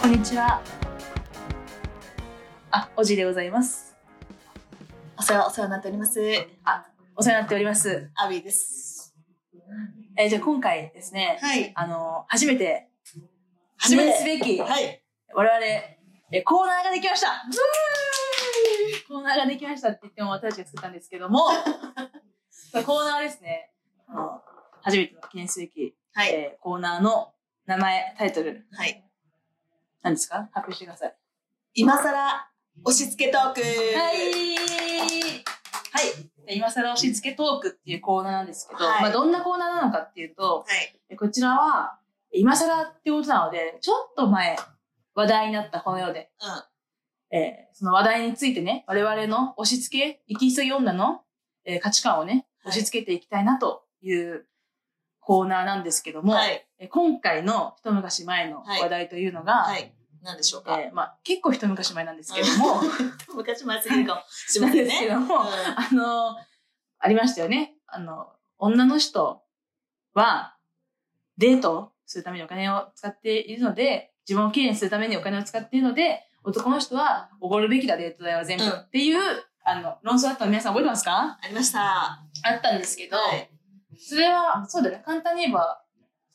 こんにちは。あ、おじでございます。お世話、お世話になっております。あ、お世話になっております。アビーです。えーじゃあ今回ですね、はい。あの、初めて、初めて記念すべき、はい。我々、えーコーナーができましたコーナーができましたって言っても私たちが作ったんですけども、コーナーはですね、あの初めての記念すべき、はい。えーコーナーの名前、タイトル、はい。何ですか発表してください。今さら、押し付けトーク。はい。はい。今更押し付けトークっていうコーナーなんですけど、はいまあどんなコーナーなのかっていうと、はい。こちらは今更ってことなので、ちょっと前話題になったこの世で、えーその話題についてね、我々の押し付け、行き急ぎ女の、えー価値観をね、はい押し付けていきたいなというコーナーなんですけどうん。も、はい。えー今回の一昔前の話題というのが、はい。何でしょうか。えーまあ、結構一昔前なんですけど も、昔前すぎるかもしれなまんせでんすね。けうんども、あの、ありましたよね。あの、女の人は、デートをするためにお金を使っているので、自分をきれいにするためにお金を使っているので、男の人はおごるべきだ、デート代は全部、うんっていう、あの、論争だったの皆さん覚えてますかありました。はあったんですけど、い。それは、そうだね、簡単に言えば、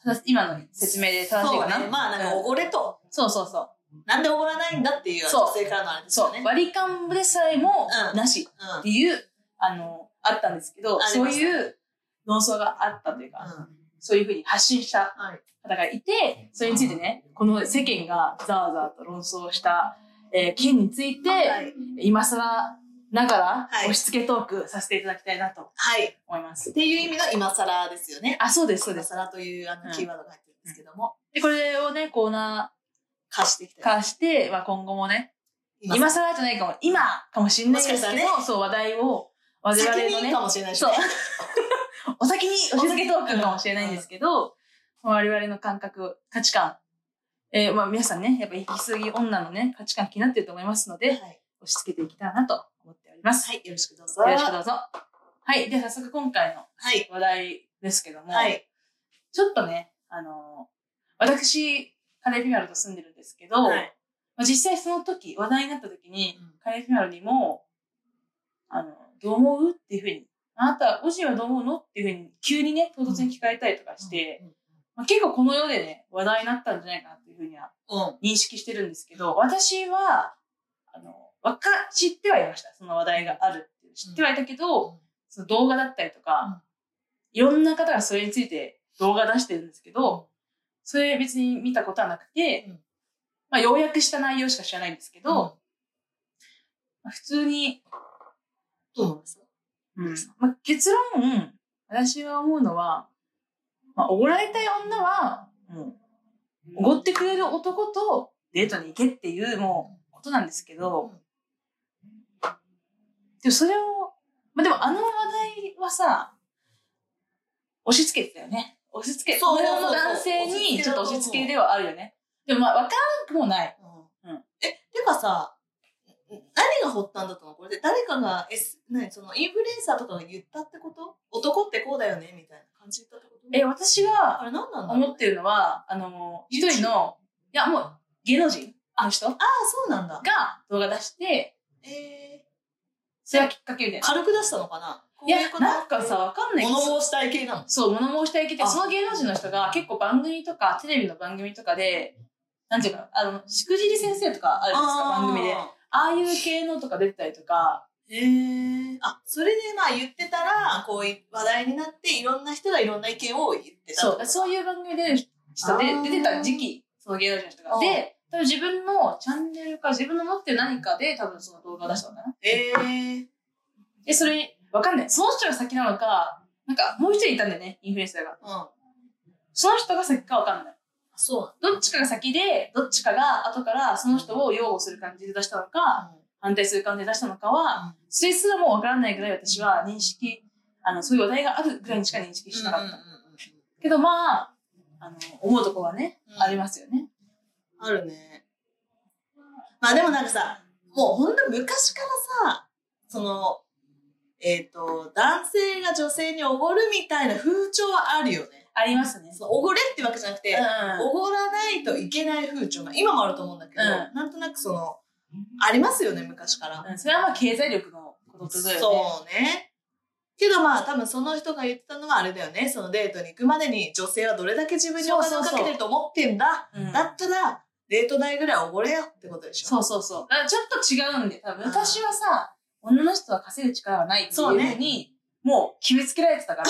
正し今の説明で正しいそかうな。ね。まあ、なんか、おごれと。そうそうそう。なんでおごらないんだっていうそう女性からのあれですそよう、ね。割り勘でさえもうんなしうん。うっていう、あの、あったんですけど、ありそまうしたいう論争があったというか、ん。そういうふうに発信したはい。方がいて、それについてね、この世間がざわざわと論争した、えー件について、はい。今更ながらはい押し付けトークさせていただきたいなとはい。っ思います。ていう意味の今更ですよね。あ、そうです、そうで今す。更というあうんのキーワードが入ってるんですけども、で、これをね、コーナ貸してきーた。化して、まあ今後もね、今今更じゃないかも、今かもしれないですけど、もしかしたらそう、話題を、我々先にのいいねか、もしれないしそねう。 お先に押し付けトークかもしれないんですけど、我々の感覚、価値観、えーまあ皆さんね、やっぱ行き過ぎ女のね、価値観気になってると思いますので、押はい。し付けていきたいなと思っております。はい。よろしくどうぞ。よろしくどうぞ。はい。では早速今回のはい。話題ですけども、はい。ちょっとね、あの私、カレーフィマルと住んでるんですけど、はいまあ、実際その時、話題になった時に、うんカレーフィマルにも、あの、どう思うっていうふうに、あなた、おじはどう思うのっていうふうに、急にね、唐突に聞かれたりとかして、まあ、結構この世でね、話題になったんじゃないかなというふうにはうん。うん。認識してるんですけど、私は、あの、わか、知ってはいました。その話題があるっていう。知ってはいたけど、うんその動画だったりとか、いろんな方がそれについて動画出してるんですけど、それ別に見たことはなくて、うんまあ、要約した内容しか知らないんですけど、どまあ普通に、うどう思いますまあ、結論、私が思うのは、まあ、おごられたい女は、もう、おごってくれる男とデートに行けっていう、もう、ことなんですけど、でもそれを、まあ、でもあの話題はさ、押し付けてたよね。押し付け、そうこの世の男性にちょっと押し付けではあるよね。でもまあ、わからんくもない。うん。え、てかさ、何が発端だったのこれで誰かが、え、何そのインフルエンサーとかが言ったってこと男ってこうだよねみたいな感じだったってことえ、私は、あれ何なんだろう思ってるのは、あの、一人の、いや、もう、芸能人の人がああ、そうなんだ。動画出して、えそれがきっかけみたいー、な。軽く出したのかないや、なんか、さ、わかんないけど物申したい系なの。そう、物申したいけど、あその芸能人の人が結構番組とか、テレビの番組とかで、なんていうか、あの、しくじり先生とかあるんですか、番組で。ああいう系のとか出てたりとか、えー、あ、それでまあ言ってたら、こうい話題になって、いろんな人がいろんな意見を言ってた。そう、そういう番組で出る人であー、出てた時期、その芸能人の人が。うんで、多分自分のチャンネルか、自分の持ってる何かで、多分その動画出したのかな。えー、で、それ、わかんない。その人が先なのか、なんか、もう一人いたんだよね、インフルエンサーが。うん。その人が先かわかんない。そうどっちかが先で、どっちかが後からその人を擁護する感じで出したのか、なの。反対する感じで出したのかは、うんそれすらもうわからないぐらい私は認識、あの、そういう話題があるぐらいにしか認識してなかった。うけど、まあ、あの、思うとこはね、んありますよね。あるね。まあでもなんかさ、もうほんと昔からさ、その、えっ、と、男性が女性におごるみたいな風潮はあるよね。ありますね。そのおごれってわけじゃなくて、うおごらないといけない風潮が今もあると思うんだけど、うなんとなくその、ありますよね、昔から。ん。うん。それはまあ経済力のことってことだよね。そうね。けどまあ多分その人が言ってたのはあれだよね。そのデートに行くまでに女性はどれだけ自分にお金をかけてると思ってんだ。うんだったらデート代ぐらいおごれよってことでしょ。そうそうそう。だからちょっと違うんで、多分昔はさ、女の人は稼ぐ力はないっていうそうねふうに、もう決めつけられてた から。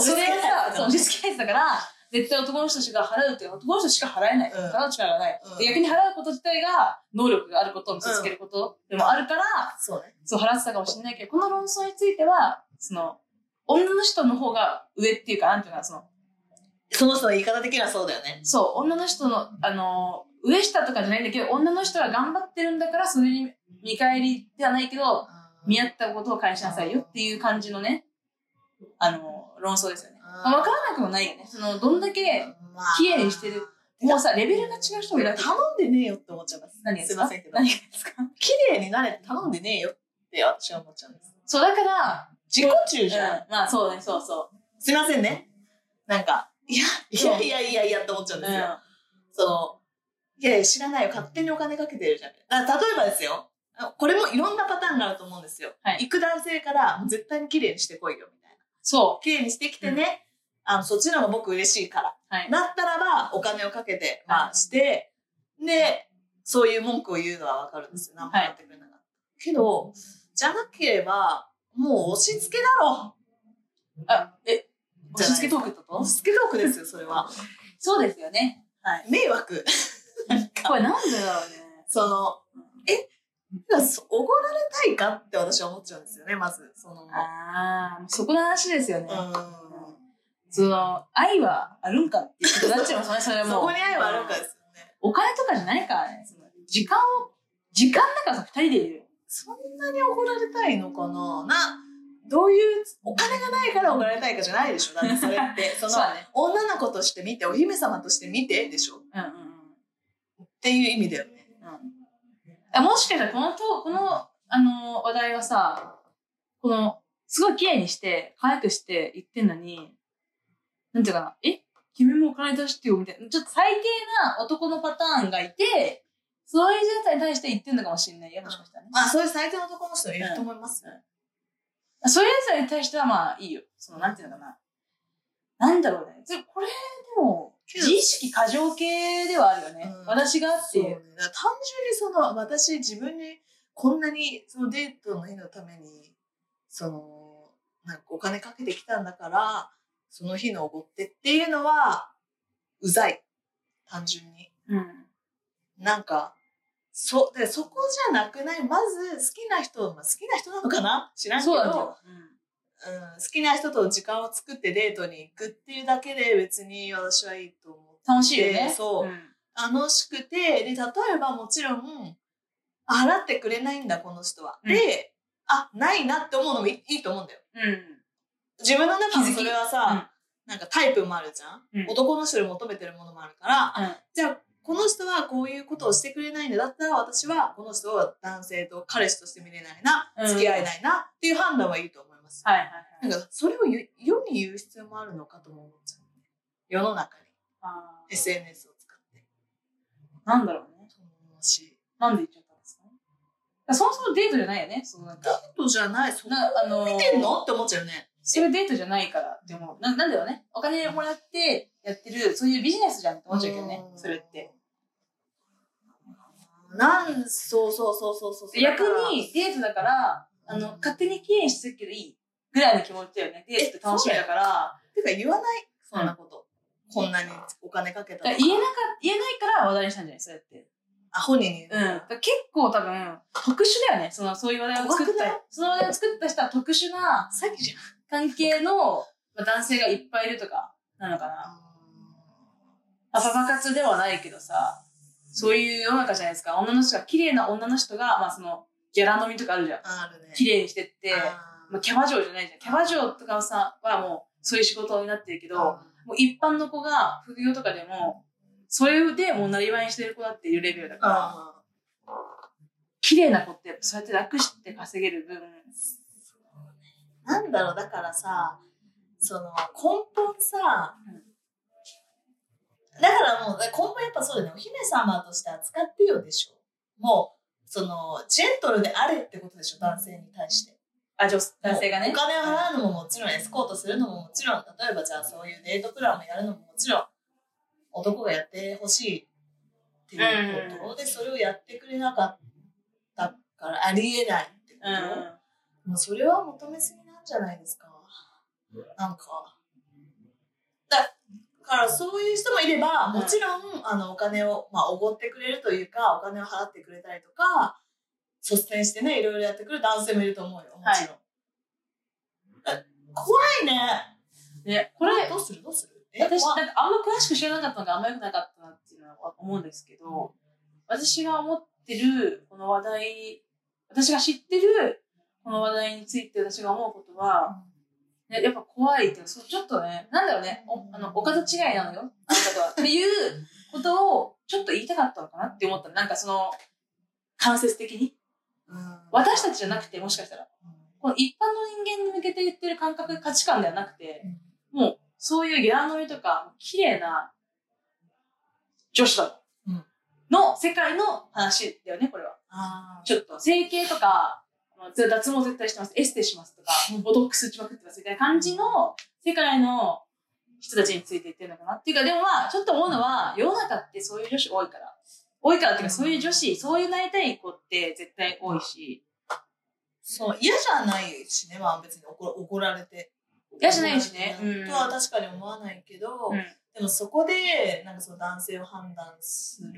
それがさ、そう、押し付けられてたから、絶対男の人しか払うって、男の人しか払えない。うん払う力がない、うんで逆に払うこと自体が、能力があることを見せつけることでもあるから、そうね。そう、払ってたかもしれないけど、この論争については、その、女の人の方が上っていうか、なんていうかな、その、その人の言い方的にはそうだよね。そう、女の人の、あの、上下とかじゃないんだけど、女の人が頑張ってるんだから、それに見返りではないけど、見合ったことを返しなさいよっていう感じのね、あの、論争ですよね。あまあわからなくもないよね。その、どんだけ、綺麗にしてる。もうさ、レベルが違う人もいる頼わんけでねえよって思っちゃいます。何がですすいかませんけど。何がですか綺麗になれって頼んでねえよって私は思っちゃうんです。そう、だから、自己中うんじゃん。、まあそうね、そうそすいませんね。なんか、いや、いやいやいやいやって思っちゃうう。んうん。ですうんよ。その、いやいや知らないよ。勝手にお金かけてるじゃん。だから例えばですよ。あこれもいろんなパターンがあると思うんですよ。はい行く男性から、もう絶対に綺麗にしてこいよ、みたいな。そ綺麗にしてきてね。あの、そっちの方が僕嬉しいから。う。はい。だったらば、お金をかけて、まはあ、いして、で、そういう文句を言うのはわかるんですよ。何もやってくれなかった。けど、じゃなければ、もう押し付けだろあ、え、じゃ押しない付けトークってこと押し付けトークですよ、それは。そうですよね。はい。迷惑。なんかこれなんでだろうね。その、え、おごられたいかって私は思っちゃうんですよね、まず。その、うん。ああ、そこの話ですよね。その、愛はあるんかっていうことになっちゃいますね、それはもう。そこに愛はあるんかですよね。お金とかじゃないからね。その時間を、時間だからさ、二人でいる。そんなにおごられたいのかなな、どういう、お金がないからおごられたいかじゃないでしょ、だってそれ って。その、だね。女の子として見て、お姫様として見てでしょっうんうんていう意味だよね。うんうん。あもしかしたらこのと、この、あの、話題はさ、この、すごい綺麗にして、可愛くして言ってんのに、なんていうかな、え君もお金出してよ、みたいな。ちょっと最低な男のパターンがいて、そういう状態に対して言ってんのかもしれないよ、もしかしたらね。まあ、そういう最低の男の人いると思いますよ。そういうやつに対してはまあいいよ。その、なんていうのかな。なんだろうね。でこれ、でも、けど自意識過剰系ではあるよね。うん私がってそういねう。。だから単純にその、私自分にこんなにそのデートの日のために、その、なんかお金かけてきたんだから、その日のおごってっていうのは、うざい。単純に。うん。なんか、そ、でそこじゃなくないまず、好きな人、まあ好きな人なのかな知らんけそうど、なんだよ。うん、好きな人と時間を作ってデートに行くっていうだけで別に私はいいと思う。楽しいよね。そううん。楽しくて、で、例えばもちろん、あ払ってくれないんだ、この人は。うんで、あ、ないなって思うのもいいいと思うんだよ。うん。自分の中の気づきそれはさ、なんかタイプもあるじゃん、うん男の人に求めてるものもあるから、うんじゃあ、この人はこういうことをしてくれないんだ。だったら私はこの人を男性と彼氏として見れないな、うん付き合えないなっていう判断はいいと思います。はいはいはい。なんか、それを言う世に言う必要もあるのかとも思っちゃう。世の中にあー SNS を使って。なんだろうね。そう思うし。なんで言っちゃったんですかねそもそもデートじゃないよね。そのなんか、デートじゃない、そんななあのー見てんのって思っちゃうよね。それデートじゃないからって思う。ななんだろうね。お金もらってやってる、そういうビジネスじゃんって思っちゃうけどね。それって。うん。なん、そうそうそうそうそう。逆にデートだから、あうんの、勝手に綺麗にしてるけどいいぐらいの気持ちだよね。デートって楽しみだから。てか言わない、そんなこと。こんなにお金かけだたからとか言えなか、言えないから話題にしたんじゃないそうやって。あ、本人に。うん。だから結構多分、特殊だよね。その、そういう話題を作っ怖くないた、その話題を作った人は特殊な詐欺じゃん。関係のまあ男性がいっぱいいるとか、なのかな。まあパパ活ではないけどさ、そういう世の中じゃないですか。女の人が、綺麗な女の人が、まあその、ギャラ飲みとかあるじゃん。あるね。綺麗にしてって、あーまあ、キャバ嬢じゃないじゃん。キャバ嬢とかさ、はもう、そういう仕事になってるけど、もう一般の子が副業とかでも、それでもうなりわいにしてる子だっていうレベルだから、あ綺麗な子ってそうやって楽して稼げる分、ーなんだろう、だからさ、その、根本さ、だからもう、根本やっぱそうだよね。お姫様として扱ってよでしょ。もう、その、ジェントルであれってことでしょ、男性に対して。あ、女男性がねお。金を払うのももちろん、エスコートするのももちろん、例えばじゃあそういうデートプランもやるのももちろん、男がやってほしいっていうことで、それをやってくれなかったから、ありえないってこうん。と。もうそれは求めすぎなんじゃないですか。なんか。だからそういう人もいれば、うんもちろん、あの、お金を、まあ、おごってくれるというか、お金を払ってくれたりとか、率先してね、いろいろやってくる男性もいると思うよ、もちろん。だ怖いね。ね、これ、どうするどうするえ私、怖いなんかあんま詳しく知らなかったのがあんま良くなかったなっていうのは思うんですけど、私が思ってるこの話題、私が知ってるこの話題について私が思うことは、ね、やっぱ怖いっていうかそう、ちょっとね、なんだろうね、おあのお方違いなのよ、あなたとは。っていうことをちょっと言いたかったのかなって思ったのなんかその、間接的に。うん私たちじゃなくて、もしかしたら。この一般の人間に向けて言ってる感覚、価値観ではなくて、うんもう、そういうギャラ飲みとか、綺麗な女子だうのんの世界の話だよね、これは。あーちょっと、整形とか、まあ脱毛絶対してます、エステしますとかうん、ボトックス打ちまくってますみたいな感じの世界の人たちについて言ってるのかなっていうか、でもまあ、ちょっと思うのは、世の中ってそういう女子多いから。多いからっていうか、そういう女子、そういうなりたい子って絶対多いし、そう、嫌じゃないしね、まあ別に怒怒られて。嫌じゃないしねうんとは確かに思わないけど、うんでもそこで、なんかその男性を判断する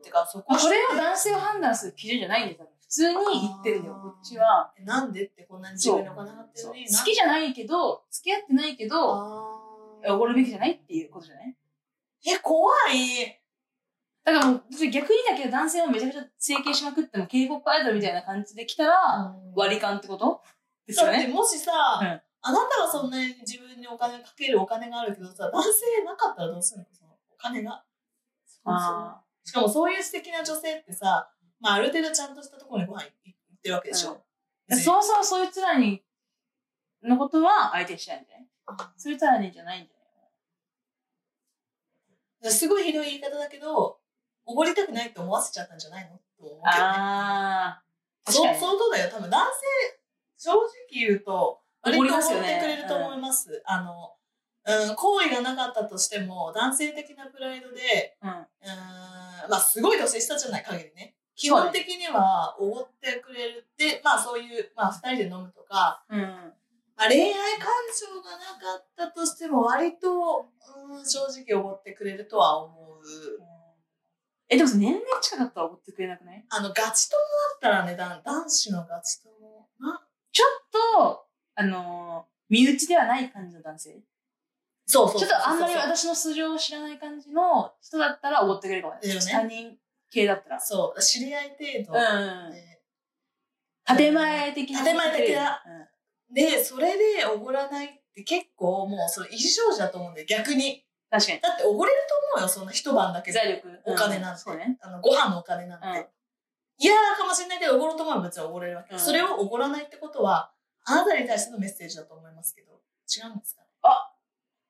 ってか、そこまあこれを男性を判断する基準じゃないんだよ。多分普通に言ってるんだよ、あーこっちは。えなんでってこんなに自分のお金払ってるそうの好にな。きじゃないけど、付き合ってないけど、あーおごるべきじゃないっていうことじゃないえ、怖い。だからもう、逆にだけど男性をめちゃくちゃ整形しまくっても K-POP アイドルみたいな感じで来たら、割り勘ってことですよだってね。もしさ、うんあなたはそんなに自分にお金かけるお金があるけどさ、男性なかったらどうするのそのお金が。あしかもそういう素敵な女性ってさ、まあある程度ちゃんとしたところにご飯行ってるわけでしょ。ーそもそもそいつらに、のことは相手にしないんじゃないそいつらにじゃないんじすごいひどい言い方だけど、おごりたくないって思わせちゃったんじゃないのと思うけどゃないね。ああ。そう、確かに。そうだよ。多分男性、正直言うと、割怒とります怒よっねてくれると思います。あの、うん、行為がなかったとしても、男性的なプライドで、うん。うん、まあ、すごい年下じゃない限りね。基本的には、おごってくれるって、まあ、そういう、まあ、二人で飲むとか、うん。まあ、恋愛感情がなかったとしても、割と、うん、正直おごってくれるとは思う。え、でもさ年齢近かったら怒ってくれなくないあの、ガチ友だったらね、だ男子のガチ友。なちょっと、あのー身内ではない感じの男性。そうそうちょっとあんまり私の素性を知らない感じの人だったらおごってくれるかもね。だよね他人系だったら。そう、知り合い程度。うでん。建前的な。建前的なうん。で、それでおごらないって結構もうそれ異常者だと思うんだよ、逆に。確かに。だっておごれると思うよ、そんな一晩だけで。財力。お金なんうてそうね。あの、ご飯のお金なんうんて。嫌、かもしれないけど、おごろうと思えば別におごれるわけ。うんそれをおごらないってことは、あなたに対してのメッセージだと思いますけど、違うんですか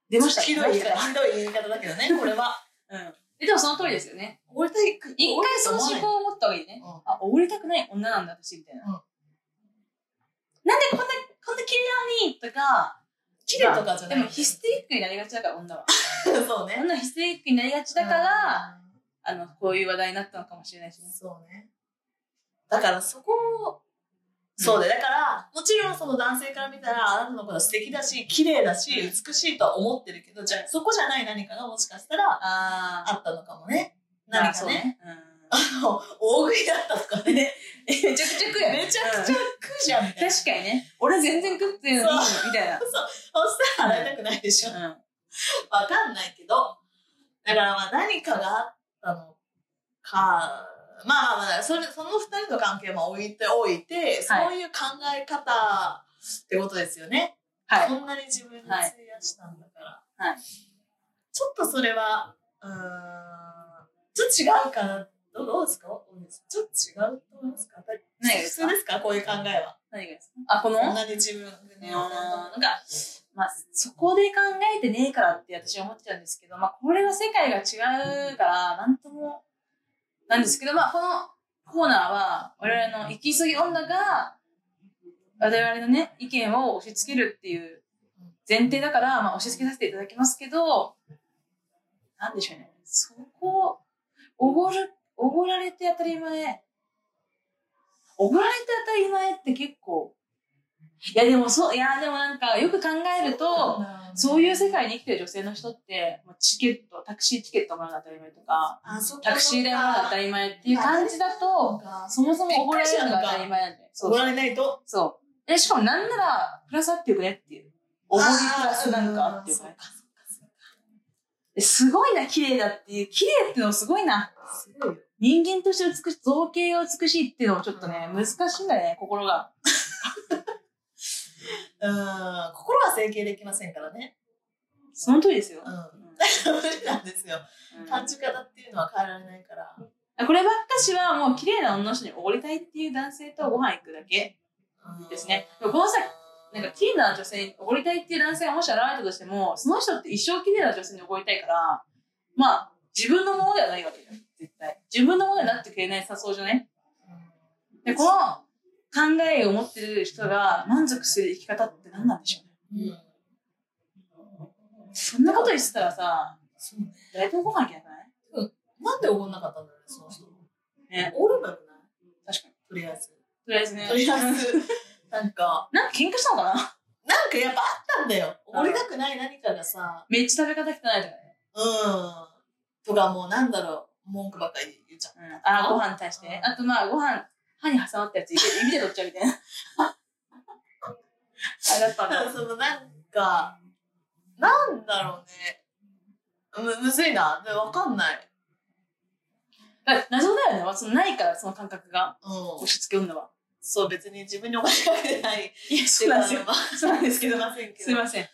出ました。ひどい言い方、出ましひどい言い方だけどね、これは。たうん。え、でもその通りですよね。おごりたい。一回その思考を持った方がいいね。うんあ、おごりたくない女なんだ、私、みたいな。うんなんでこんな、こんな綺麗なのにとか、綺麗とかじゃでない。もヒステリックになりがちだから、 女は。そうね。女はヒステリックになりがちだから、、あの、こういう話題になったのかもしれないしね。そうね。だからそこを、そうで、だから、もちろんその男性から見たら、あなたのことは素敵だし、綺麗だし、うん美しいとは思ってるけど、じゃあそこじゃない何かがもしかしたらああったのかもね。な何んかかねね。。もう大食いだったとか ね。 めちゃくちゃ食え。めちゃくちゃ食うじゃん、みたいな。確かにね。俺全然食ってんのに、みたいな。そしたら払いたくないでしょ。うん。わかんないけど。だからまあ何かがあったのか、まあまあまあ、それ、その二人の関係も置いておいて、はいそういう考え方ってことですよね。はい。こんなに自分に費やしたんだから。はいちょっとそれは、うーん、ちょっと違うかな。どうどうですかちょっと違うと思いますか何がです普通かですかこういう考えは。何がですかあ、このこんあなに自分ーに。なんか、まあ、そこで考えてねえからって私は思っちゃうんですけど、まあ、これは世界が違うから、なんとも、なんですけど、まあ、このコーナーは、我々の行き過ぎ女が、我々のね、意見を押し付けるっていう前提だから、まあ、押し付けさせていただきますけど、なんでしょうね。そこ、おごる、おごられて当たり前。おごられて当たり前って結構、いやでもそう、いやでもなんかよく考えると、そういう世界に生きてる女性の人って、もうチケット、タクシーチケットもらうの当たり前とか、あそっかタクシー代もらうの当たり前っていう感じだそとっ、かそもそもおごられるのが当たり前なんだよ。そそううごそうられないとそう。え、しかもなんなら、プラスあってよくねっていう。おごりプラスなんかあってよくねあー。えすごいな、綺麗だっていう。綺麗っていうのすごいな。すごいよ人間として美しい、造形が美しいっていうのもちょっとね、うん難しいんだよね、心が。うん心は整形できませんからねその通りですよう。んうん無理なんですようん感じ方っていうのは変えられないからこればっかしはもう綺麗な女の人におごりたいっていう男性とご飯行くだけ。うんですねでもこの際なんか綺麗な女性におごりたいっていう男性がもし現れたとしても、その人って一生綺麗な女性におごりたいから、まあ、自分のものではないわけじゃん。絶対。自分のものになってくれないさそうじゃねで、この考えを持ってる人が満足する生き方って何なんでしょうね。うんそんなこと言ってたらさ、そうね誰とご飯行けなくないなんで怒んなかったんだろうねその人ね怒ればよくない確かに。とりあえずとりあえずね。とりあえずなんか なんか喧嘩したのかななんかやっぱあったんだよ怒りたくない何かがさめっちゃ食べ方汚いとかね。うんとかもうなんだろう文句ばっかり言っちゃううん、あーご飯に対してねあとまあご飯歯に挟まったやつ指で指で取っちゃうみたい なあれだったんだそのなんか、なんだろうね。む、むずいな。で、わかんない。だから謎だよねそのないからその感覚がうん押。し付け女はそう、別に自分にお金かけてないっていやそいうのは。そうなんですけどませんけど。すいません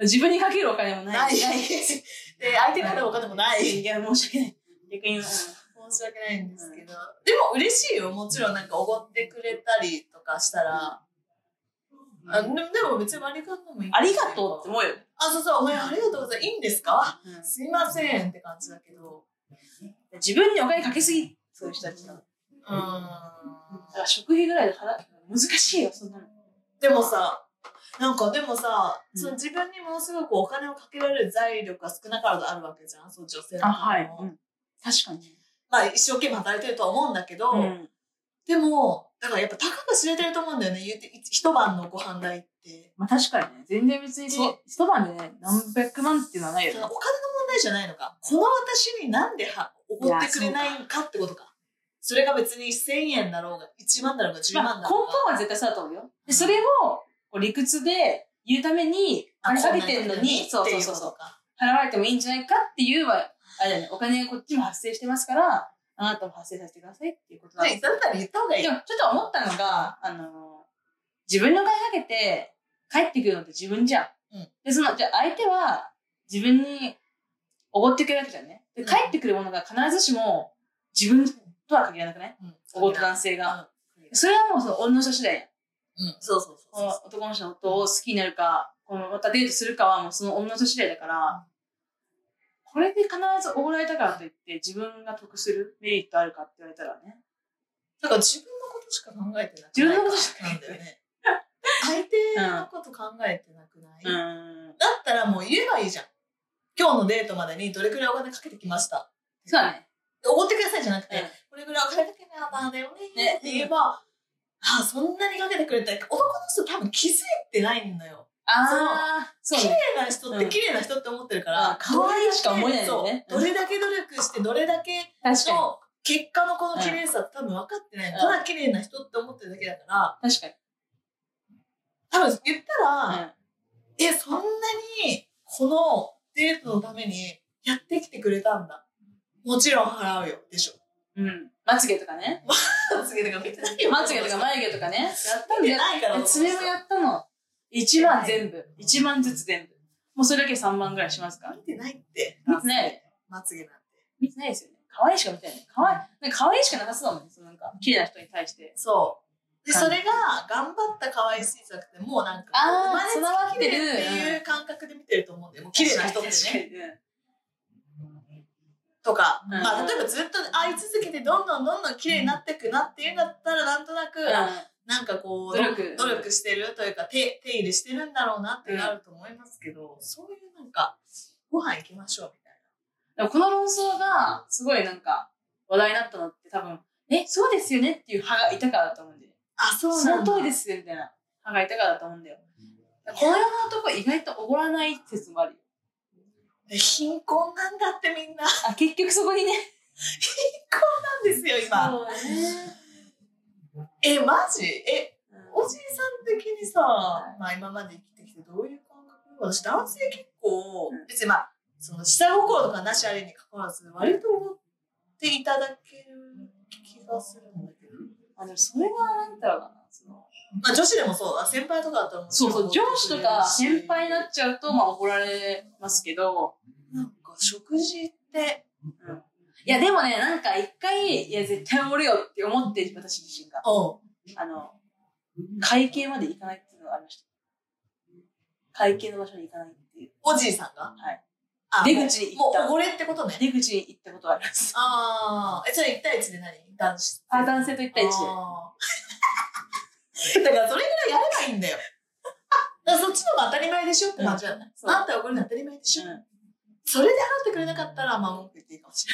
自分にかけるお金もなない い。いで、相手からお金もない。申しや申し訳ない逆に、うん訳ないんですけど。でも嬉しいよ。もちろんなんかおごってくれたりとかしたら。あでもでも別にありがとうもいい。ありがとうって思うよ、あ、そうそう。お前ありがとうございます。いいんですかすいませんって感じだけど。自分にお金かけすぎそういう人たちのだうん。から食費ぐらいで払う難しいよそんなのでもさ、なんかでもさ、うんその自分にものすごくお金をかけられる財力が少なからずあるわけじゃん、その女性の方もうん確かに、まあ一生懸命働いてるとは思うんだけど、うんでも、だからやっぱ高く知れてると思うんだよね、言うて、い一晩のご飯代って。まあ確かにね、全然別にそう一晩でね、何百万っていうのはないよそねのお金の問題じゃないのか。この私になんではおごってくれないんかってことか。それが別に1000円だろうが、1万だろうが、ま10あ万根だ本ろうが。は絶対そうだと思うよ。で、それをこう理屈で言うために、お金かけてんのに、そうそうそうそう、う。払われてもいいんじゃないかっていうは、あれだよね、お金がこっちも発生してますから、あなたも発生させてくださいっていうことなんはでい、す。だったら言った方がいい。でも、ちょっと思ったのが、あの、自分のお金かけて帰ってくるのって自分じゃん。うんで、その、じゃあ相手は自分におごってくれるわけじゃんね。で、うん帰ってくるものが必ずしも自分とは限らなくないうんおごった男性が。うんそれはもうその女の人次第やん。うん、そうそうこの男の人の夫を好きになるか、このまたデートするかはもうその女の人次第だから、これで必ずおごられたからといって自分が得するメリットあるかって言われたらね。だから自分のことしか考えてなくない。自分のことしかなんだよね。相手のこと考えてなくない、だうん。ったらもう言えばいいじゃん。今日のデートまでにどれくらいお金かけてきました。そうだね。おごってくださいじゃなくて、うんこれぐらいお金かけなあだよねねって言えば、ああ、そんなにかけてくれた男の人多分気づいてないんだよ。ああ、そう綺ね。麗な人って綺麗な人って思ってるから、うんうん可愛いしか思えないんだよそうねどれだけ努力して、どれだけ確かに。の結果のこの綺麗さって多分分かってないの、うんただ綺麗な人って思ってるだけだから確かに。多分言ったら、うんえそんなにこのデートのためにやってきてくれたんだもちろん払うよでしょうん。まつげとかね。まつげとか見てないよまつげとか眉毛とかね。やったんだ見てよ。ないからで爪もやったの。1万全部。1万ずつ全部。もうそれだけで3万ぐらいしますから。見てないって見てないよね。まつげなんて見てないですよね。可愛いしか見てない。可愛い、なんか可愛いしかなさそうだもんね。そのなんか、綺麗な人に対して。そで、それが頑張った可愛いしじゃなくて、もうなんか、あー生まれつき綺麗備わってるっていう感覚で見てると思うんで、もう綺麗な人ってね。ね。とか、うんまあ例えばずっと会い続けて、どんどんどんどん綺麗になっていくなっていうんだったら、なんとなく、なんかこう、努力努力してるというか、手、手入れしてるんだろうなってなると思いますけど、そういうなんか、ご飯行きましょうみたいでもこの論争が、すごいなんか、話題になったのって多分、え、そうですよねっていう歯がいたからだと思うんだよね。な。あ、そ。その通りですすよ、みたいな歯がいたからだと思うんだよ。この世の男意外とおごらない説もあるよ。貧困なんだってみんな。なあ、結局そこにね。んですよ、今。そうね。え、マジえ、おおじいさん的にさ、まあ今まで生きてきてどういう感覚私男性結構、うん別にまあ、その下心とかなしありに関わらず、割と思っていただける気がするんだけど。あ、でもそれがなんだろうかな。そのまあ女子でもそう、あ先輩とかだったらもちそうろんそう、上司とか先輩になっちゃうと、うんまあ怒られますけど、なんか食事って、いやでもね、なんか一回、いや絶対おるよって思って、私自身が。うん。あの、会計まで行かないっていうのがありました。会計の場所に行かないっていう。おじいさんがはい。あ出口に行もっうたもうおごれってことね。出口に行ったことはあります。ああ。え、それ1対1で何男子。あ、男性と一対一で。あー だからそれぐらいやればいいんだよ。 だからそっちの方が当たり前でしょって感じじゃない、そうあんた怒るの当たり前でしょ、うんそれで払ってくれなかったら、まあ文句言っていいかもし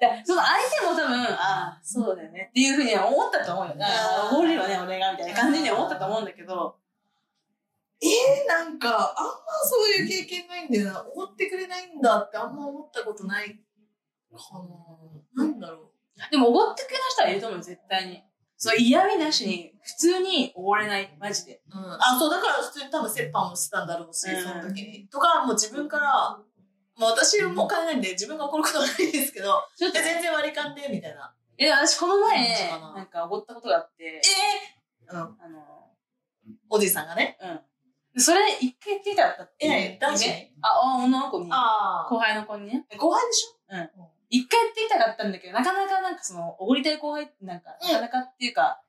れでその相手も多分、ああ、そうだよねっていうふうには思ったと思うよ。ああ、おごるよね、俺が、みたいな感じに思ったと思うんだけど、ない。えー、なんか、あんまそういう経験ないんだよな。怒ってくれないんだってあんま思ったことないかな。なんだろでも、おごってくれた人はいると思うよ、絶対に。そう、嫌味なしに、普通におごれない、マジで。う。うん。あ、そう、だから普通に多分折半もしてたんだろうし、うんその時に。とか、もう自分から、まあ私もうお金ないんで自分が怒ることはないですけど、 ちょっとでね、全然割り勘で、みたいな。え、私この前そうか、ななんかおごったことがあって、えー、うん。あの、おじさんがね。うん。それ、一回聞いたらあった。え男子にあ、女の子に。あ後輩の子にね。あ。後輩でし一回やってみたかったんだけど、なかなかなんかその、おごりたい後輩ってなんか、うんなかなかっていうか、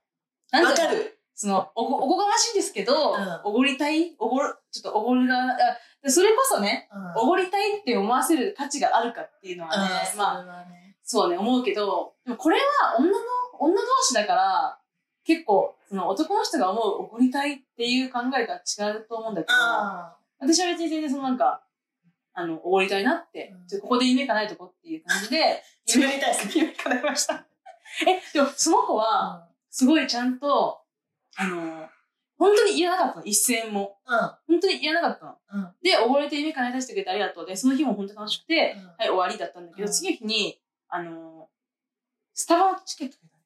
ょなんていうのる。その、おご、おこがましいんですけど、うんおごりたいおごる、ちょっとおごるが、あでそれこそね、うん。おごりたいって思わせる価値があるかっていうのはね、うんまあ、それはね。そうね、思うけど、でもこれは女の、女同士だから、結構、その男の人が思うおごりたいっていう考えとは違うと思うんだけど、あ私は別に全然そのなんか、あの、おごりたいなって、うんちょっとここで夢かないとこっていう感じで、 自分に対して夢かないました。え、でもその子は、あ。すごいちゃんと、あの、本当に言えなかったの、一銭も。うん。うん。本当に言えなかったの。うんで、おごれて夢かない出してくれてありがとうで、その日も本当楽しくて、うんはい、終わりだったんだけど、うん次の日に、あの、スタバのチケットくれたの。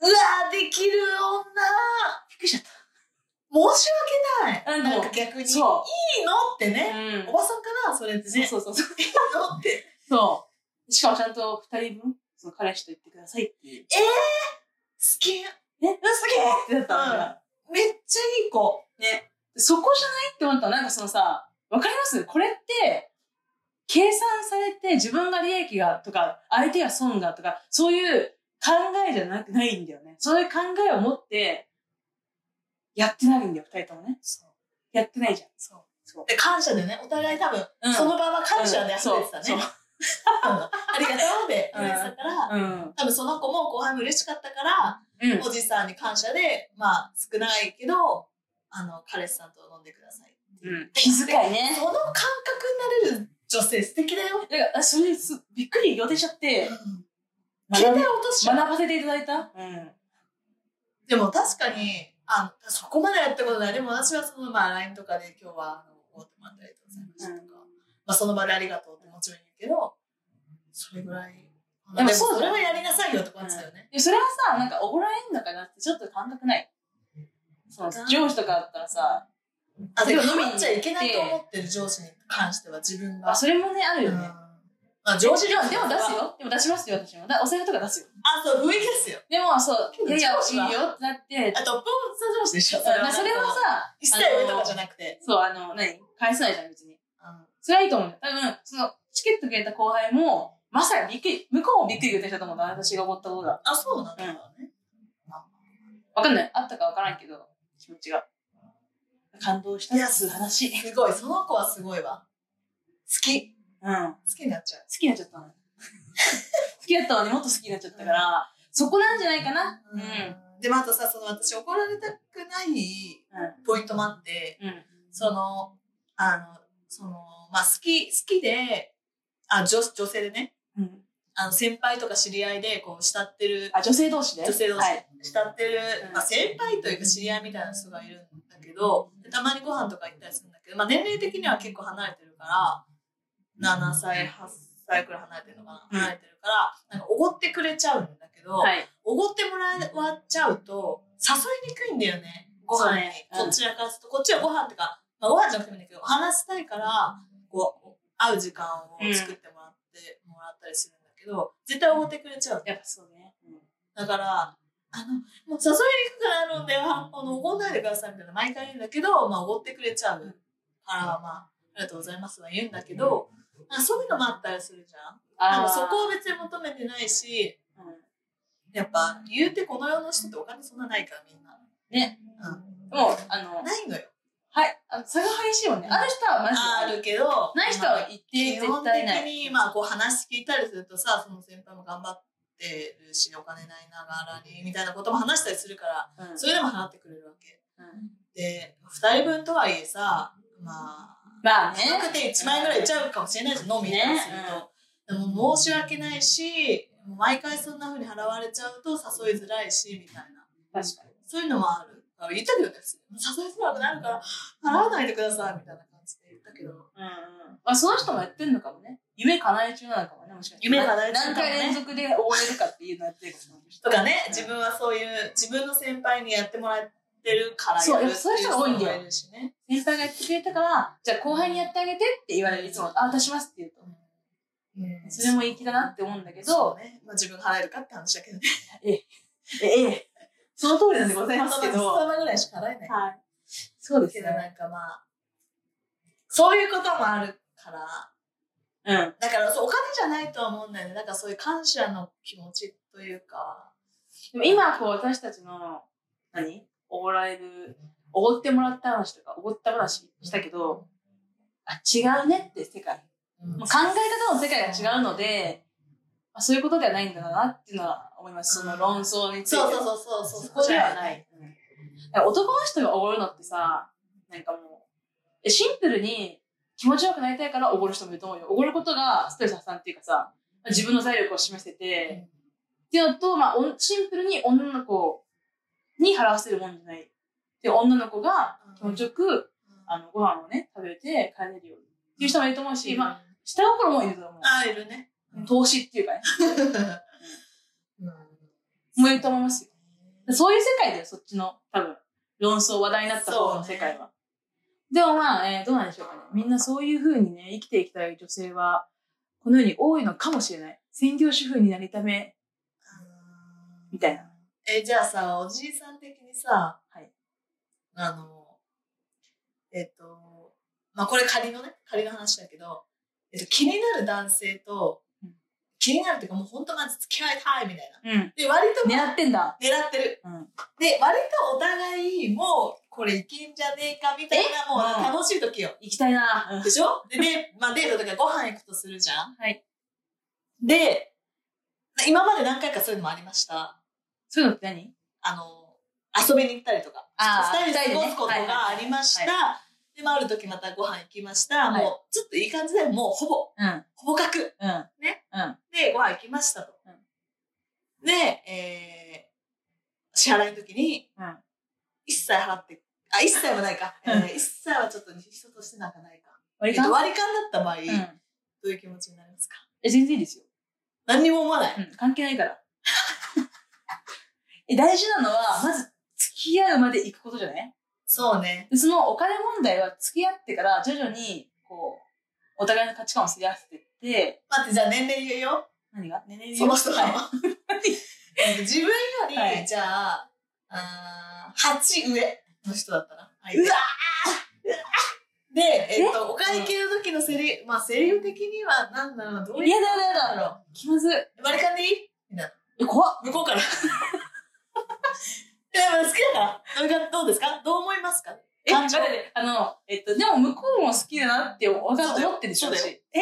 うわーできるびっくりしちゃっ女申し訳ない。うんなんかた。逆に、いいのそってう。うね。んお。ばさんからそれって ね、いいそうそうそう。のって。そう。しかもちゃんと二人分、その彼氏と言ってくださいっていう。好き。え、すげえってなったのうんだからめっちゃいい子。ね。そこじゃないって思ったら、なんかそのさ、わかりますこれって、計算されて自分が利益がとか、相手が損がとか、そういう考えじゃなくないんだよね。そういう考えを持って、やってないんだよ、二人ともね。そう。やってないじゃん。そう。そう。で、感謝でね、お互い多分、うん、その場は感謝で溢そうれてたね。そううんありがとうで溢れてたから、うん。多分その子も後輩も嬉しかったから、うん。おじさんに感謝で、まあ、少ないけど、あの、彼氏さんと飲んでください。うん。気遣いね。この感覚になれる女性素敵だよ。だから、あそれす、びっくり予定しちゃって、学携帯び落としちゃ学うばせていただいたうん。でも確かに、あそこまでやったことない。でも私はその、まあ、LINE とかで今日は、あの、おごってもらってありがとうございましたとか、まあ、その場でありがとうってもちろん言うけど、それぐらい。でもでもそうだそれよはやりなさいよって感じだよね。でそれはさ、なんか怒られんのかなってちょっと感覚ない。その上司とかだったらさ、あ、でもでも飲みに行っちゃいけないと思ってる上司に関しては自分が。あ、それもね、あるようんね。まあ、上司で料もでも出す。よ。でも出しますよ、私も。だお財布とか出すよ。あ、そう、雰囲気ですよ。でも、そう、いやいや、上司はいいよってなって、あと、ポンサ上司でしょまあそれはなんかさ、一切上とかじゃない。なくて。そう、あの、何返さないじゃん、別に。うんそれはいいと思うよ。多分、その、チケットくれた後輩も、まさかびっくり、向こうもびっくり言ってきたと思うんだ、私が思ったことが。あ、そうなんだね。わかんない。あったかわからんけど、気持ちが。感動したっつう話。すごい、その子はすごいわ。好き。うん。好きになっちゃう。好きになっちゃったの。好きだったのに もっと好きになっちゃったから、そこなんじゃないかな。うん。で、またさ、その私怒られたくないポイントもあって、うん。その、あの、その、まあ、好き、好きで、あ、女女性でね、うん。あの、先輩とか知り合いで、こう、慕ってる、あ、女性同士で女性同士、はい。慕ってるうん、まあ、先輩というか知り合いみたいな人がいるんだけど、でたまにご飯とか行ったりするんだけど、まあ、年齢的には結構離れてるから、7歳、8歳くらい離れてるのかうんな、離れてるから、なんか、おごってくれちゃうんだけど、はい。おごってもらっちゃうと、誘いにくいんだよね。ご飯に。そうねうんこちらからすると、こっちはご飯ってか、まあ、ご飯じゃなくてもいいんだけど、話したいから、こう、会う時間を作ってもらって、もらったりするんだけど、絶対おごってくれちゃう。やっぱそうね。うんだから、あの、もう誘いにくくなるんで、ああの、おごんないでくださいみたいな、毎回言うんだけど、まあ、おごってくれちゃうから、まあ、ありがとうございますは言うんだけど、なんかそういうのもあったりするじゃん。なんかそこを別に求めてないし、ーうんやっぱ言うてこの世の人ってお金そんなないからみんな。ね。うでも、あのん。、ないのよ。はい。あの差が激しいもんね。ある人はマジであある。るけど。ない人は一基定本絶対的ない。にまあこう話聞いたりするとさ、その先輩も頑張ってるし、お金ないながらにみたいなことも話したりするから、うんそれでも払ってくれるわけ。うんで、二人分とはいえさ、まあ、まあね。高くて1万円ぐらいいっちゃうかもしれないし、飲みに行ったりすると。でも申し訳ないし、もう毎回そんな風に払われちゃうと誘いづらいし、みたいな。確かに。そういうのもある。あ言ったけどね、誘いづらくなるから、払わないでください、みたいな感じで言ったけど。うんうん。まあ、その人もやってんのかもね。夢叶え中なのかもね、もしかして。夢叶え中か何もね回連続で終えるかっていうのやってるかもしれない。とかね、自分はそういう、自分の先輩にやってもらってるからそうやるってそういう人が多いんだよ人もるしね。先輩がやってくれたから、じゃあ後輩にやってあげてって言われる。いつも、あ、出しますって言うと。うんそれも粋だなって思うんだけそどう、ね。まあ自分払えるかって話だけどね。ええ、その通りなんでございますけど。そはのぐらいしか払えない。い。そうですけどね。なんかまあ、そういうこともあるから、うん。だからそうお金じゃないとは思うんだよね。だからそういう感謝の気持ちというか、でも今、こう、私たちの、何おごられる、おごってもらった話とか、おごった話したけど、あ、違うねって世界。うんもう考え方の世界が違うので、まあ、そういうことではないんだなっていうのは思います。その論争については。そうそうそうそう、。そこではないい。だから男の人がおごるのってさ、なんかもう、えシンプルに気持ちよくなりたいからおごる人もいると思うよ。おごることがストレス発散っていうかさ、自分の財力を示せて、っていうのと、まあ、おんシンプルに女の子に払わせるもんじゃない。で、女の子が気持ちよく、あの、ご飯をね、食べて帰れるように。っていう人もいると思うし、まあ、あ、下心もいると思あいるね。う。投資っていうかね、うんもういると思いますよそういう世界だよ、そっちの、多分、論争、話題になった方の世界は。でもまあ、えーどうなんでしょうかね。みんなそういう風にね、生きていきたい女性は、このように多いのかもしれない。専業主婦になりため、みたいな。え、じゃあさ、おじいさん的にさ、はいあの、えっと、まあこれ仮のね、仮の話だけど、えっと、気になる男性とうん、気になるっていうかもう本当まず付き合いたいみたいな。うん。で、割と狙ってんだ。狙ってる。うんで、割とお互い、もう、これいけんじゃねえか、みたいな、もうんう楽しい時よ。行きたいな。でしょで、で、まあデートとかご飯行くとするじゃんはい。で、今まで何回かそういうのもありました。そういうのって何あの、遊びに行ったりとか。あー二人で過ごすこと二人でねがありました。で、まあある時またご飯行きました。はいもう、ちょっといい感じで、もうほぼ、うん。うん。ほぼ確。ね。うん。で、ご飯行きましたと。うんで、えー、支払いの時に、うん一切払って、あ、一切もないか。え うんー、一切はちょっと人としてなんかないか。割りえっ勘と割り勘だった場合、うん。どういう気持ちになりますかえ、全然いいですよ。何にも思わない。うん。関係ないから。 え、大事なのは、まず、付き合うまで行くことじゃないそうね。でそのお金問題は付き合ってから徐々に、こう、お互いの価値観をすり合わせてって、待って、じゃあ年齢言うよ。何が年齢その人はいが。 自分より、はいじゃあ、あ8上の人だったな。うわーで、えっと、お会計の時のセリフ、まあセリフ的には何だろう、どういう。いやだやだやだろ気まずい。 う。割り勘でいいえ、怖っ。向こうから。いや、まあ好きだから。どうかどうですかどう思いますかえ、感待情ってね、あの、えっと、でも向こうも好きだなって思そうだよ思ってるでしょ、そうだよ私え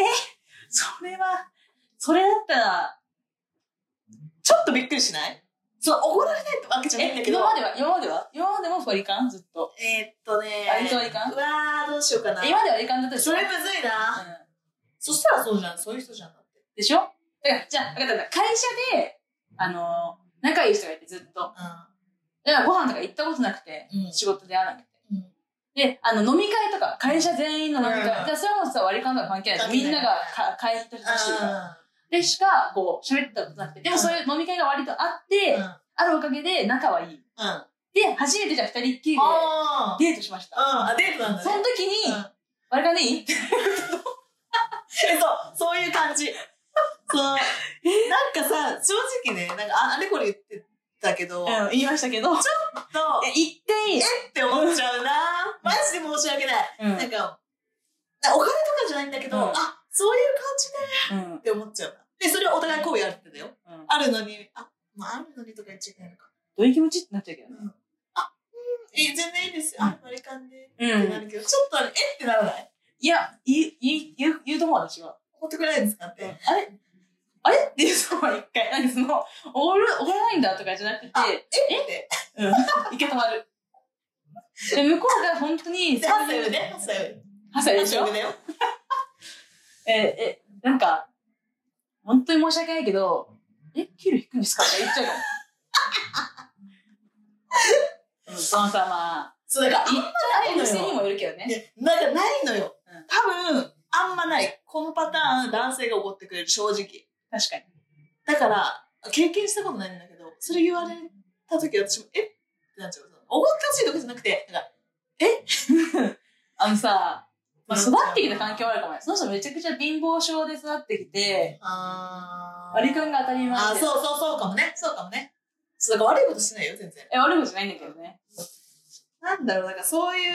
それは、それだったら、ちょっとびっくりしないそう、怒られないってわけじゃないんえだ、けど今。までは、今までは今までもファリカンずっと。えーっとね。割と割り勘うわー、どうしようかな。今まではファリカンだったでしょそれむずいな。うんそしたらそうじゃん。そういう人じゃん。だってでしょだから、じゃあ、分かった分かった。会社で、あのー、仲いい人がいてずっと。だからご飯とか行ったことなくて、うん仕事で会わなくて。うん。うん。で、あの、飲み会とか、会社全員の飲み会。うんだからそれはもうさ、割り勘とか関係ない。関係みないんながか会費として出してるから。あでしか、こう、喋ったことなくて。でもそういう飲み会が割とあって、ーうん。あるおかげで仲はいい。うん。あで、初めてじゃあ二人っきりであー。デートしましうん。た。あ、デートなんだね。その時に、うん割り勘でいいってえそう、そういう感 じ。そう。なんかさ、正直ね、なんかああれこれ言ってたけど、ちょっ言いましたけど、ちょっと、と、一点、って思っちゃうな。マジで申し訳ない。うんなんか、なお金とかじゃないんだけど、うんあ、そういう感じねうん。って思っちゃうな。で、それをお互いこうやってたよ。うんあるのに、あ、まあ、あるのにとか言っちゃいけないのか。どういう気持ちってなっちゃうけどね。うんあ、うん、いい全然いいですよ。あ、割り勘で。うってなるけど、ちょっとあれ、えってならないいや、言う、言う言う、言うと思う、私は。怒ってくれないんですかって。あれあれっていうのは一回、なんかその、おごる、おごらないんだとかじゃなくて、あえってうん。いけたまる。で、向こうが本当に、で、8歳よね、8歳よね。 8歳でしょだよ。え、え、なんか、本当に申し訳ないけど、え、給料低いんですかって言っちゃうから。うん、そのさ、まあ、そう、だから、言ったないら、のよ店にもよるけどね。でなんかないのようん。多分、あんまない。このパターン、男性が怒ってくれる、正直。確かに。だから、経験したことないんだけど、それ言われた時私も、えってなっちゃう。怒ってほしいとかじゃなくて、なんか、あのさ、まあ、育ってきた環境は、はあるかもね。その人めちゃくちゃ貧乏症で育ってきて、あー割り勘が当たり前あーでそうそうそうかもね。そうかもね。そう、だから悪いことしてないよ、全然。え、悪いことじゃないんだけどね。なんだろう、なんかそういう、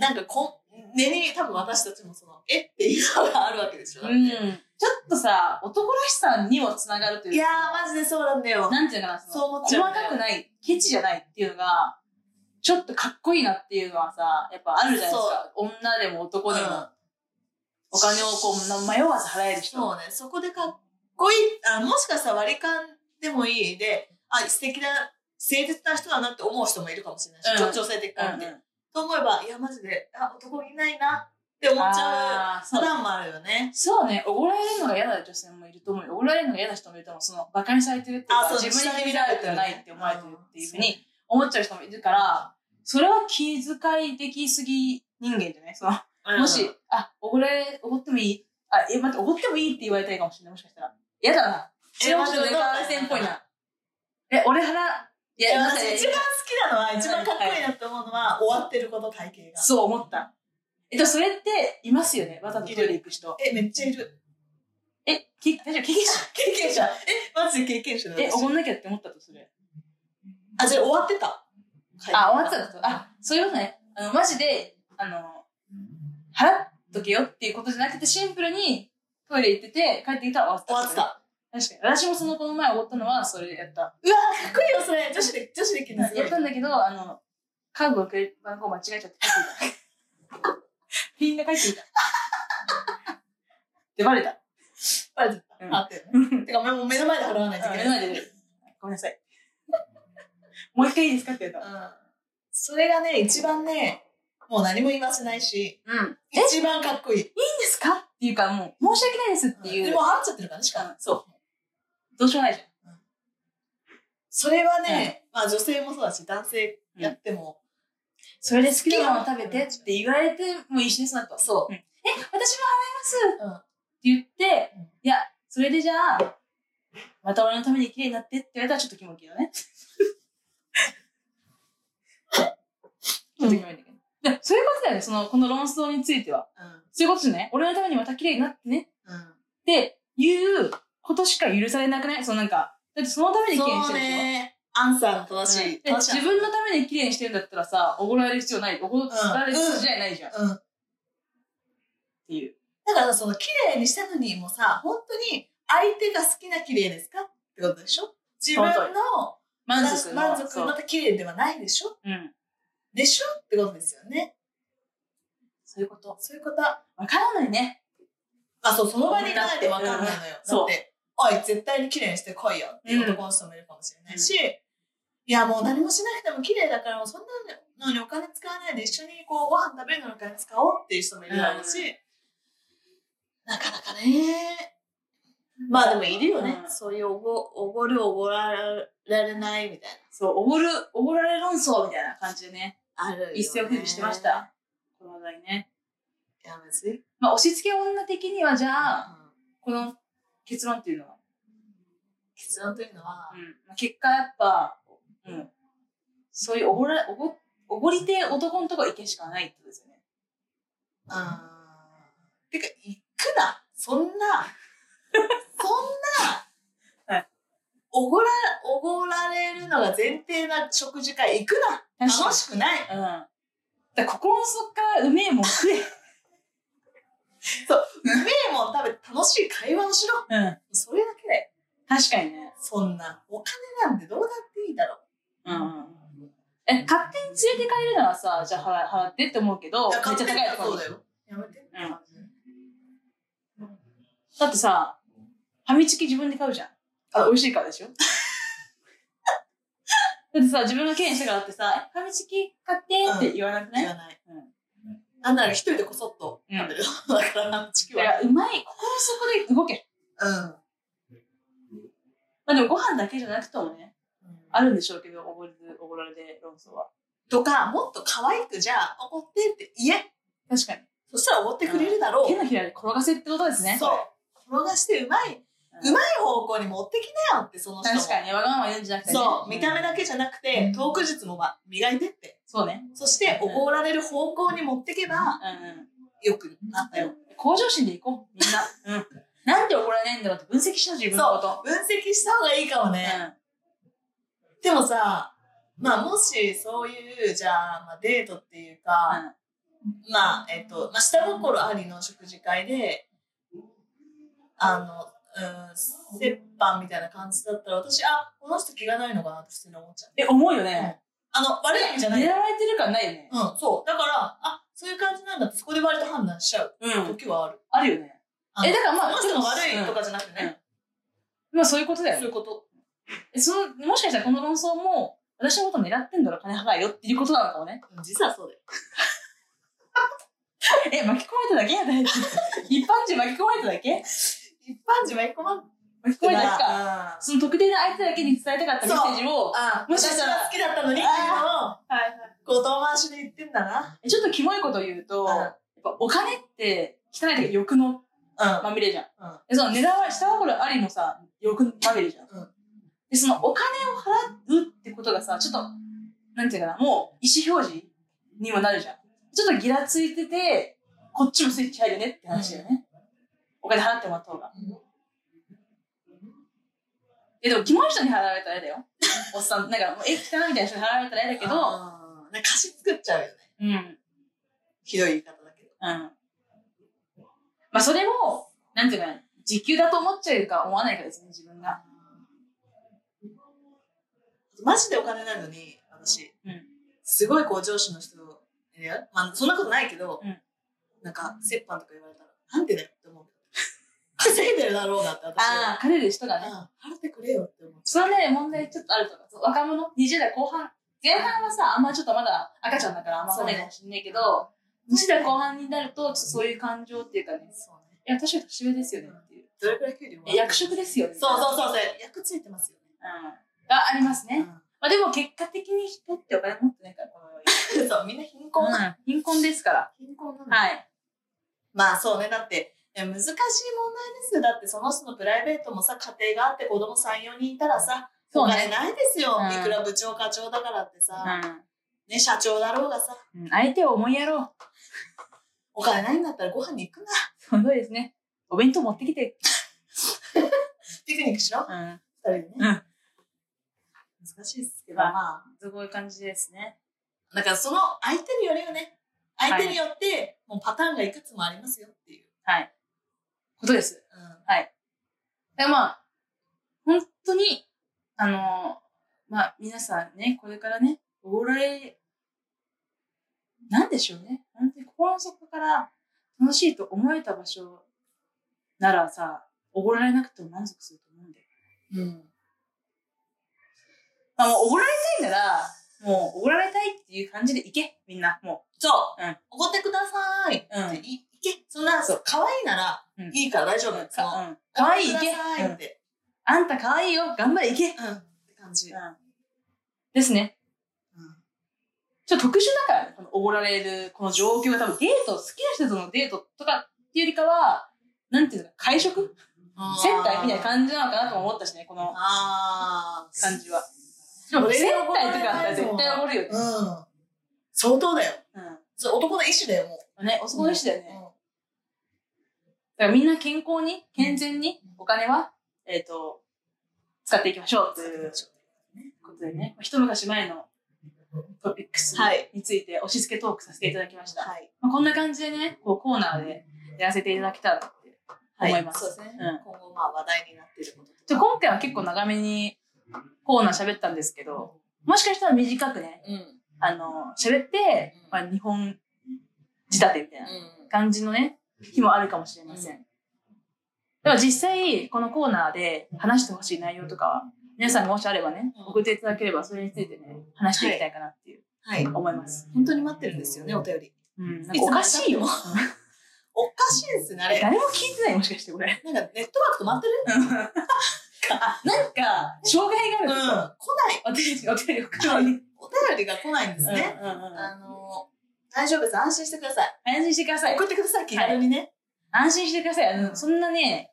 なんかこん、根に多分私たちもその、えっていうのがあるわけでしょ。うん。ちょっとさ、男らしさにもつながるというかいやー、マジでそうなんだよ。なんていうのかな、そのそう思っちゃう細かくない、ケチじゃないっていうのが、ちょっとかっこいいなっていうのはさ、やっぱあるじゃないですか。女でも男でも、うんお金をこう迷わず払える人。そうね、そこでかっこいい、あもしかしたら割り勘でもいいで、あ、素敵な、誠実な人だなって思う人もいるかもしれないし、うん女性的うんから見て。と思えば、いや、マジで、あ、男いないなって思っちゃうあーそパうターンもあるよね。そうね、おごられるのが嫌な女性もいると思うよ。おごられるのが嫌な人もいると思う。その、馬鹿にされてるっていうあか、そう自分に見られてはないって思われてるっていうふうに思っちゃう人もいるかうんら、それは気遣い的すぎ人間じゃないその、もし、あ、おごれ、おごってもいいあ、え、待って、おごってもいいって言われたいかもしれない。もしかしたら。嫌だな。え違うことで待って変わらせんっぽいな。え、俺払、いいや、や、待っ私て一番好きなのは、一番かっこいいなって思うのは、終わってること、体型そう思った。えっと、それって、いますよね。わざとトイレ行く人。が。え、めっちゃいる。え、き、大丈夫、経験者。経験者。え、マジで経験者だえ、お私ごんなきゃって思ったとする。あ、じゃあ終わってた。あ、終わってたんだと。あ、そういうことね。あの、マジで、あの、払っとけよっていうことじゃなくて、シンプルにトイレ行ってて、帰ってきたら終わってた。終わってた。。確かに。私もそのこの前おごったのは、それでやった。うわー、かっこいいよ、それ。女子で、女子できるのすごいやったんだけど、あの、カーブをくれ番号間違えちゃって帰ってきた。 みんな帰って きた。で、バレた。バレちゃった。うんあったよね。てか、もう目の前で払わないといけ目なの前い。で出る。ごめんなさ い。もう一回いいですかって言うと。うん。それがね、一番ね、もう何も言わせないし、うん。いいんで一番かっこいい。すかっていうか、もう、申し訳ないですっていう。でも払っちゃってるからね、しかも。そう。どうしようもないじそれはね、まあ女性もそうだし、男性やっても、ゃん。それで好きなもの食べてって言われてもいいしね、その後。そえ、私も払いますうんって言って、うんいや、それでじゃあ、また俺のために綺麗になってって言われたらちょっとキモいけどね。ちょっとキモいんだけど。でそういうことだよね、その、この論争については。う。うん。そういうことですね。俺のためにまた綺麗になってねうん。っていうことしか許されなくないそのなんか、だってそのために綺麗にしそうてるんでしょね。アンサーの正しい。で正しい自分のために綺麗にしてるんだったらさ、おごられる必要ない。おごられる必要ないじゃん。っうん。ていう。だからその綺麗にしたのにもさ、本当に相手が好きな綺麗ですかってことでしょ自分のその通満足の。満足そうまた綺麗ではないでしょうん。でしょってことですよね。そういうこと。そういうこと。あ、わからないね。そう、その場に行かないとわかんないのよ。うんだって、おい、絶対に綺麗にしてこいよっていう男の人もいるかもしれないし、いや、もう何もしなくても綺麗だから、もうそんなのにお金使わないで一緒にこうご飯食べるのにお金使おうっていう人もいるだろうし、うなかなかね。まあでもいるよね。うんそういうおご、おごるおごられないみたいそう、おごる、おごられ論争みたいな感じでね、な。あるよね一世を風靡してまし。た。この話題ね。いや、むずい。まあ、押し付け女的には、じゃあ、うんこの結論っていうのは、結論というのはう、んまあ、結果やっぱ、うん、そういうおごら、おご、おごりて男のとこ行けしかないってことですよね。あーてか、行くなそんな、 そんな、はいおごら、おごられるのが前提な食事会行くな楽しくないうん。だから心の底からうめえもん食え。食えもん食べて楽しい会話をしろうん。それだけで、確かにね。そんな、お金なんてどうだっていいだろうんうんうん。え、勝手に連れて帰るならさ、じゃあ払払ってって思うけど、う。めっちゃ高いとこそうに。だよ。やめて。うんだってさ、ファミチキ自分で買うじゃん。あ、美味しいからでしょ だってさ、自分が経営したからってさ、ファミチキ買ってって言わなくない、言わない。なんなら一人でこそっと食べる。だから、地球だかは。らうまい、心の底で動ける。うん。まあでもご飯だけじゃなくてもね、あるんでしょうけど、おごる、おごられで論争は。とか、もっと可愛くじゃあ、おごってって言え。確かに。そしたらおごってくれるだろう。手のひらで転がせってことですね。そう。転がしてうまい、ううんまい方向に持ってきなよって、その人も。確かに、わがまま言うんじゃなくて、ね。そう、見た目だ。だけじゃなくて、うんトーク術もま磨いてって。そうね。そして、うん怒られる方向に持ってけば、うんうん。よくなったよ。向上心でいこう、みん な。うん。なんで怒られないんだろうって分析しよう、自分のこと。分析した方がいいかもね。でもさ、まあ、もし、そういう、じゃあ、まあ、デートっていうか、まあ、えっと、まあ、下心ありの食事会で、あの、うん、折半みたいな感じだったら、私、あ、この人気がないのかなって普通に思っちゃう。え、思うよね。あの、悪い意味じゃない狙。われてる感ないよね。うん、そう。だから、あ、そういう感じなんだって、そこで割と判断しちゃううん。時はある。あるよね。あのえ、だからまあ、その人が悪いとか。かじゃなくてね。まあ、そういうことだそよういね。うこと。えその、もしかしたらこの論争も、私のこと狙ってんだろ、金払えよっていうことなのかもね。実はそうだよ。 え、巻き込まれただけやね。 一般人巻き込まれただけ一般人は一個も巻き込まれただけか。その特定の相手だけに伝えたかったメッセージを、あ、もしかしたら私は好きだったのにっていうのを、はいはい後藤回しで言ってんだな。えちょっとキモいこと言うと、うんやっぱお金って汚いというか欲のうん。まみれじゃん。うんでその値段は下心ありもさ、欲まみれじゃん。うんで、そのお金を払うってことがさ、ちょっと、なんていうかな、もう意思表示にもなるじゃん。ちょっとギラついてて、こっちもスイッチ入るねって話だよね。お金払ってもらった方が。うんえ、でも、キモい人に払われたら嫌だよ。おっさん、なんか、もうえ、汚いみたいな人に払われたら嫌だけど、あーなんか歌詞作っちゃうよね。うん。ひどい言い方だけど。うんまあそれを、なんていうかな、時給だと思っちゃうか思わないかですね、自分が。マジでお金ないのに、私、うんすごいこう上司の人、いやまあ、そんなことないけど、うんなんか、折半とか言われたら、なんでだよって思う。稼いでるだろうなって、私は。彼る人がね。うん払ってくれよって思う。それはね、問題ちょっとあると思う。若者、20代後半。前半はさ、あんまちょっとまだ赤ちゃんだからあんまわかんないかもしれないけど、20代後半になると、ちょっとそういう感情っていうかね、そうね。いや、私は年上ですよねっていう。どれくらい給料もらってえ役職ですよね。そうそうう。そうそう。役ついてますよね。うん。がありますね。まあでも結果的に人ってお金持ってないから、この世うん そう、みんな貧困なの。に貧困ですから。貧困なの。はい。まあそうね、だって、いや難しい問題ですよ。だってその人のプライベートもさ、家庭があって子供3、4人いたらさ、そおう金ね。ないですよ。うんいくら部長課長だからってさ、うん。ね、社長だろうがさ、うん相手を思いやろう。お金ないんだったらご飯に行くな。その通りですね。お弁当持ってきて。ピクニックしろ。うん。二人でね。うん難しいですけど、まあ。そういう感じですね。だからその相手によるよね。相手によって、もうパターンがいくつもありますよっていう。はい。ことです。うん。だからまあ、本当に、あのまあ、皆さんね、これからね、おごられ、なんでしょうね。本当に心の底から楽しいと思えた場所ならさ、おごられなくても満足すると思うんだよ。うん。まあ、もうおごられたいなら、もうおごられたいっていう感じで行け、みんな、もそう。うん怒ってください。う。うん。いいけ。そんな、そう、可愛いなら、うんいいから大丈夫。うんそのかうん可愛いい怒ってけ、くださいうんって。あんた可愛いよ、頑張れ、行け。うん。って感じ。ですね。うんちょっと特殊だからね、このおごられる、この状況が多分デート、好きな人とのデートとかっていうよりかは、なんていうの、会食接待みたいな感じなのかなとも思ったしね、このあー感じは。でも接待とかだったら絶対おごるよね。うん。相当だよ。うそれ男の意志だよ、もう。ん。ね、おそこの人だよね。うんだからみんな健康に、健全にお金は、えっ、と、使っていきましょうということでね、一昔前のトピックスはい。について押し付けトークさせていただきました。はい。まあ、こんな感じでね、こうコーナーでやらせていただけたらって思います。そうですね。うん今後、まあ、話題になっていることじゃあ今回は結構長めにコーナー喋ったんですけど、もしかしたら短くね、うん。うん。あの、喋って、まあ、日本仕立てみたいな感じのね、日もあるかもしれません。では実際、このコーナーで話してほしい内容とかは、皆さんがもしあればね、うん送っていただければそれについてね、話していきたいかなっていうはい。思います。本当に待ってるんですよね、お便り。うん、なんかおかしいよつ。まで経っても。 おかしいですね、あれ。誰も聞いてないもしかしてこれ。なんか、ネットワーク止まってる あ、なんか、障害うん。来があるない。と。お手入れ、お手入れ、お代わり。お便りが来ないんですね。うんうんうん。あのー、大丈夫です。安心してください。安心してください送。ってください、気軽にね。安心してください。あうの、んそんなね、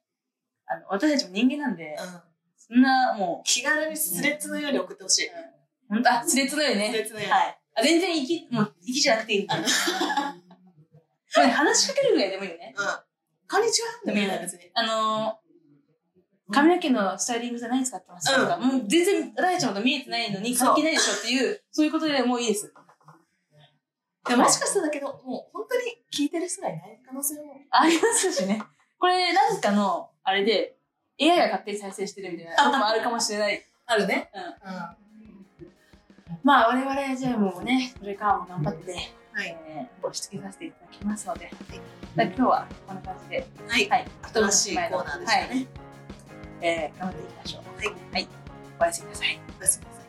あの、私たちも人間なんで、うん。そんな、も気軽にスレッズのように送ってほしい。う、本当あ、スレッズのようにスレね。ッズのように。はい。あ、全然、行き、もう、行きじゃなくていいんで。あのこれ話しかけるぐらいでもいいよね。うん。こんにちはでもいいな、別に。あのー、髪の毛のスタイリングじゃ何使ってますかとか、もう全然、私たちのこと見えてないのに関係ないでしょっていう、そういうことでもういいです。でももしかしたらだけど、もう本当に聞いてる人がいない可能性も。ありますしね。これ、なんかの、あれで、AI が勝手に再生してるみたいなこともあるかもしれない。あるね。うんうん。はまあ、我々、じゃあもうね、これからも頑張って、い。えー、押し付けさせていただきますので、じゃあ今日はこんな感じで、はい。はい、新しいコーナーでしたね。はいえー頑張っていきましょう。はい。おやすみなさい。おやすみなさい。